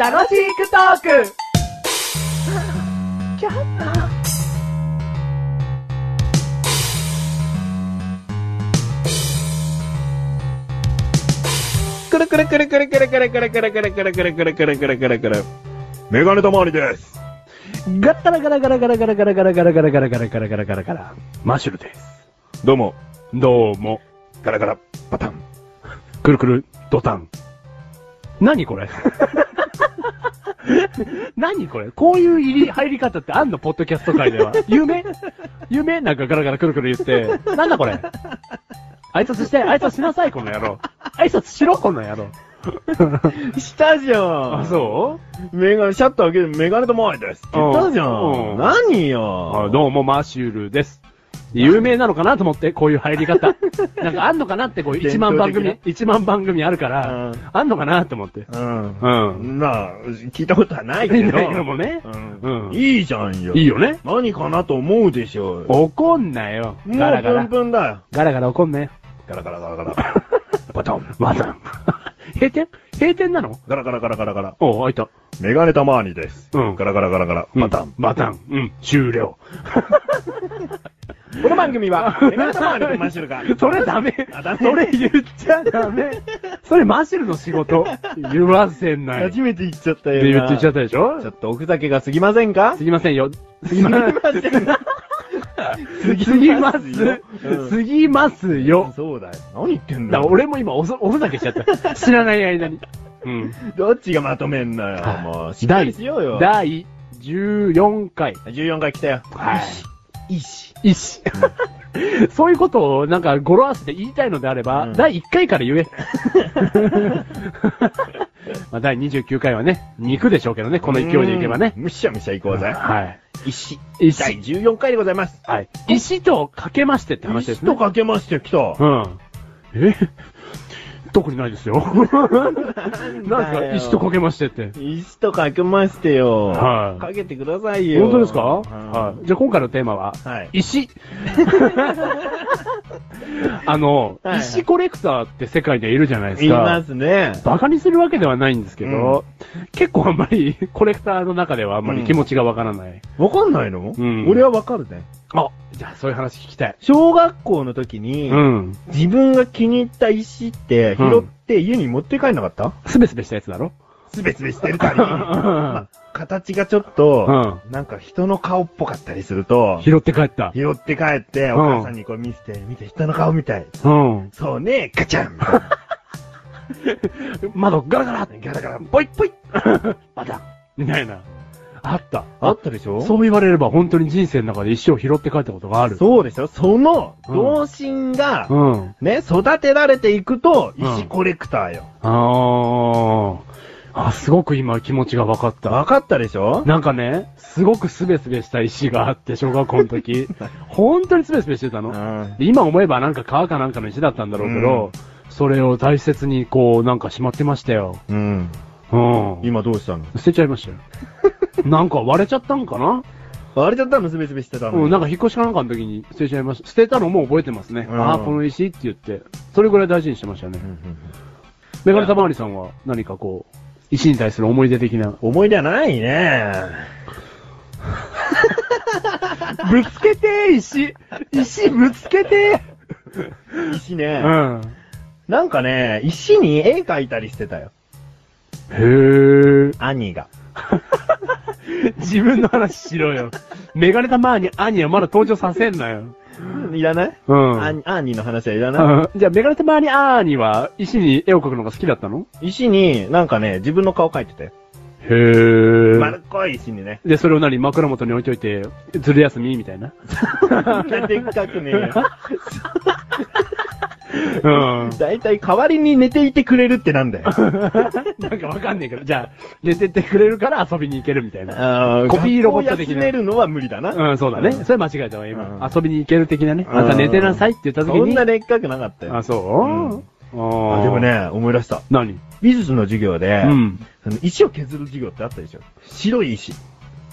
楽しくトークくるくるくるくるくるくるくるくるくるくるくるくるくるくるくるくる。メガネたまわりです。ガッタラガラガラガラガラガラガラガラガラガラガラガラガラガラガラマッシュルです。どうも、どうも、ガラガラ、パタン。くるくる、ドタン。何これ 何これこういう入り、入り方ってあんのポッドキャスト界では。夢夢なんかガラガラくるくる言って。なんだこれ挨拶して、挨拶しなさい、この野郎。挨拶しろ、この野郎。したじゃん。。そうメガネ、シャッター開けるメガネたまわりです。って言ったじゃうんうんん。何あよ。どうも、マッシュルです。有名なのかなと思って、こういう入り方。なんかあんのかなって、こう、一万番伝組統、一万番組あるかうら、んあんのかなと思って。うんう。ん。まあ、聞いたことはないけど。ないけどもねうんうんいいじゃんよ。いいよね。何かなと思うでしょう。も怒んなよ。うガラガプラン。プンだよ。ガラガラ怒んなよ。ガラガラガラガラ。パタン。まだ。閉店閉店なのガラガラガラガラガラ。おう、開いた。メガネたまわりです。うんガラガラガラガラ。パタン。バタン。うん。終了。この番組は、メガネたまわりとマッシュルが、 それダメあダ。メそれ言っちゃダメ。それマシルの仕事。言わせない。って初めて言っちゃったよな。言っちゃったでしょちょっとおふざけが過ぎませんかすぎませんよ。すぎません。すぎます。すぎますよ。そうだよ。何言ってんだだからよ。俺も今おそ、おふざけしちゃった。知らない間に。うん。どっちがまとめんのよ。はいもう、しっかりしようよ。第14回。 14回来たよ。はい。いいし。いいし。そういうことをなんか語呂合わせで言いたいのであれば、うん第1回か ら言え。まあ第29回はね、肉でしょうけどね、この勢いでいけばねう。んむしゃむしゃいこうぜ。はい。石。石第14回でございます。はい。石とかけましてって話です石ね。とかけまして来た。うん。え特にないです よ。なんだかよ石とかけましてって。石とかけましてよ。はいかけてくださいよ。本当ですかははい。じゃあ今回のテーマは、い。はい。石。 あの、はい石コレクターって世界でいるじゃないですいまか。すね。バカにするわけではないんですけど、結構あんまり コレクターの中ではあんまり気持ちがわからない。わかんないのうん俺はわかるね。あ、じゃあそういう話聞きたい。小学校の時に、うん。自分が気に入った石って拾って家に持って帰んなかったすべすべしたやつだ ろすべすべしてる からまあ形がちょっと、なんか人の顔っぽかったりすると、拾って帰った。拾って帰って、お母さんにこう見せて、見て人の顔みたい。うん。そうね、ガチャンみたいな窓ガラガラガラガラ、ぽい ぽいまたみたいな。あった。あったでしょそう言われれば本当に人生の中で一生拾って帰ったことがある。そうでしょその、うん童心が、うん。ね、育てられていくと、うん石コレクターよ。あー。あ、すごく今気持ちが分かった。わかったでしょなんかね、すごくスベスベした石があって、小学校の 時。本当にスベスベしてたの。ん。で今思えばなんか川かなんかの石だったんだろうけど、それを大切にこう、なんかしまってましたよ。うん。うん。今どうしたの捨てちゃいました よ。なんか割れちゃったんかなあれだったのすべすべしてたの。うん、なんか引っ越しかなんかの時に捨てちゃいました。捨てたのもう覚えてますね。うんああ、この石って言って。それぐらい大事にしてましたね。うんうんうんメガネたまわりさんは何かこう、石に対する思い出的な。思い出はないね。ぶつけて石石ぶつけて 石うね。ん。なんかね、石に絵描いたりしてたよ。へえ。兄が。 自分の話しろよ。メガネたまわりに兄はまだ登場させんなよ。いらない、うん。兄兄の話はいらない、うんじゃあ、メガネたまわり兄は石に絵を描くのが好きだったの石に、なんかね、自分の顔描いてたよ。へえ丸っこい石にね。で、それを何枕元に置いといて、ずる休みみたいな。そんなでっかくねえよ。うん。だいたい代わりに寝ていてくれるってなんだよ。 なんかわかんねえけど、じゃあ、寝ててくれるから遊びに行けるみたいな。あコピーロボット的な学校休めるのは無理だな。うん、そうだね。それ間違えたわ、う今ん。遊びに行ける的なね。うんまた寝てなさいって言った時に。そんなでっかくなかったよ。あ、そうああーでも。ね、思い出した。何美術の授業で、うん。その石を削る授業ってあったでしょ。白い石。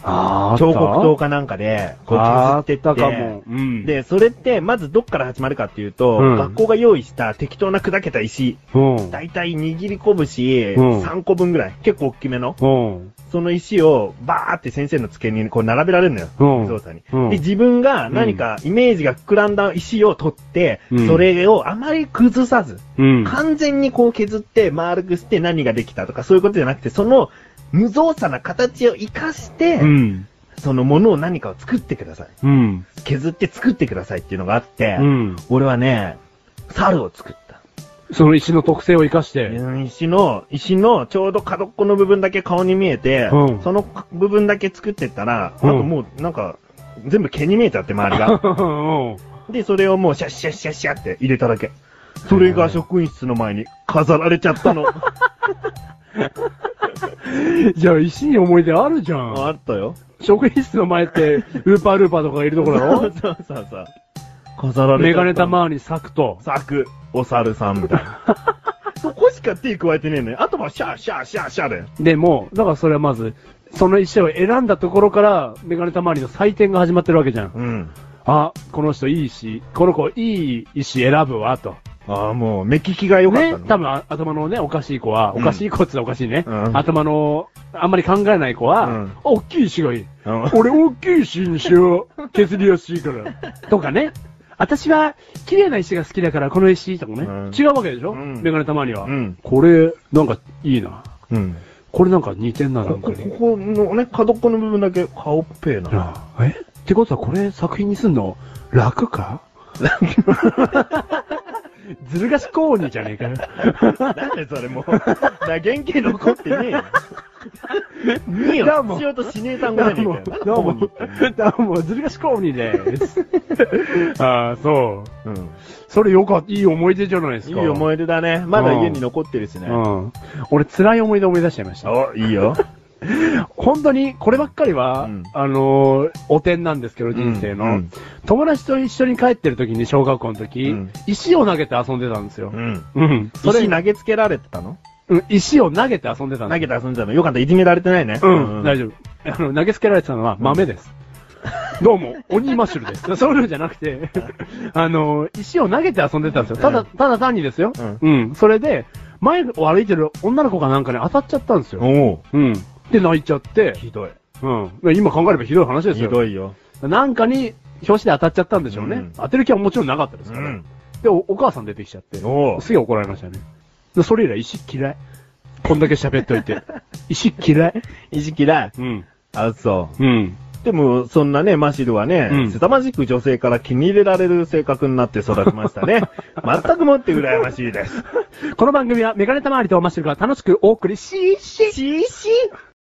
あ彫刻刀かなんかで、こう削ってって。あったかも。うん。、で、それって、まずどっから始まるかっていうと、うん学校が用意した適当な砕けた石、うん。だいたい握り拳うん3個分ぐらい、結構大きめの、うん。その石をバーって先生の机にこう並べられるのよ。うんゾウさんに。うんで、自分が何かイメージが膨らんだ石を取って、うんそれをあまり崩さず、うん。完全にこう削って丸くして何ができたとかそういうことじゃなくて、その無造作な形を活かして、うん。そのものを何かを作ってください。うん。削って作ってくださいっていうのがあって、うん。俺はね、猿を作った。その石の特性を生かして。うん石の、石のちょうど角っこの部分だけ顔に見えて、うんその部分だけ作ってったら、うんなんかもう、なんか、全部毛に見えちゃって、周り が。うん。で、それをもうシャッシャッシャッシャッって入れただけ。それが職員室の前に飾られちゃった の。じゃあ、石に思い出あるじゃん。あったよ。職員室の前って、ルーパールーパーとかがいるところだそうろそうそうそう。飾られちゃったの。メガネ玉に咲くと。柵、お猿さんみたいな。 そこしか手加えてねえのよ。あとはシャーシャーシャーシャーだよ。でも、だからそれはまず、その石を選んだところから、メガネたまわりの採点が始まってるわけじゃん。うん。あ、この人いい石、この子いい石選ぶわ、と。ああ、もう、目利きが良かったねの。、多分あ頭のね、おかしい子は、うおんかしい子って言ったらおかしいね。うん頭の、あんまり考えない子は、うんあ大きい石がいい。うん俺大きい石にしよう。削りやす いから。とかね。私は、綺麗な石が好きだから、この石とかね。うん違うわけでしょ、うんメガネたまには。うんこれ、なんか、いいな。うん。これなんか似てんな、なこんかこ、に。ここのね、角っこの部分だけ顔っぺえな。なあえってことはこれ作品にすんの楽か ずる賢いにじゃねえかよ。 なんでそれもう。な、原型残ってねえよ。にどうよ。もしようとしねえ単語じゃねえかよ。どうも、どうも、ずる賢いにです。ああ、そう。うん。それよかった、いい思い出じゃないですいいか。い。思い出だね。まだ家に残ってるしね。うん。俺、辛い思い出思い出しちゃいました。お、いいよ。本当に、こればっかりは、うんあのーお点なんですけど、人生の。うんうん友達と一緒に帰ってる時に、小学校の時、うん石を投げて遊んでたんですよう。ん。うん。それ石投げつけられてたのうん、石を投げて遊んでたん投げた。て遊んでたのよかった、いじめられてないね。うん、大丈夫。あの、投げつけられてたのは豆 です。どうも、鬼マッシュルです。そういうのじゃなくて、あの、石を投げて遊んでたんですよ。たうだ、んただ単にですよ。ううん。それで、前を歩いてる女の子かなんかに当たっちゃったんですよ。おおうん。で、泣いちゃって、ひどい。うん。今考えればひどい話ですひよ。どいよ。なんかに、表紙で当たっちゃったんでしょうね。うん当てる気はもちろんなかったですから、ね。。でお、お母さん出てきちゃって。おすげえ怒られましたね。でそれ以来石嫌い。こんだけ喋っと いて。石嫌い。石嫌い。うん。あ、そうん。う。でも、そんなね、マシルはね、うん凄まじく女性から気に入れられる性格になって育ちました ね。全くもって羨ましいです。この番組はメガネたまわりとマッシュルが楽しくお送りし、し、しーしー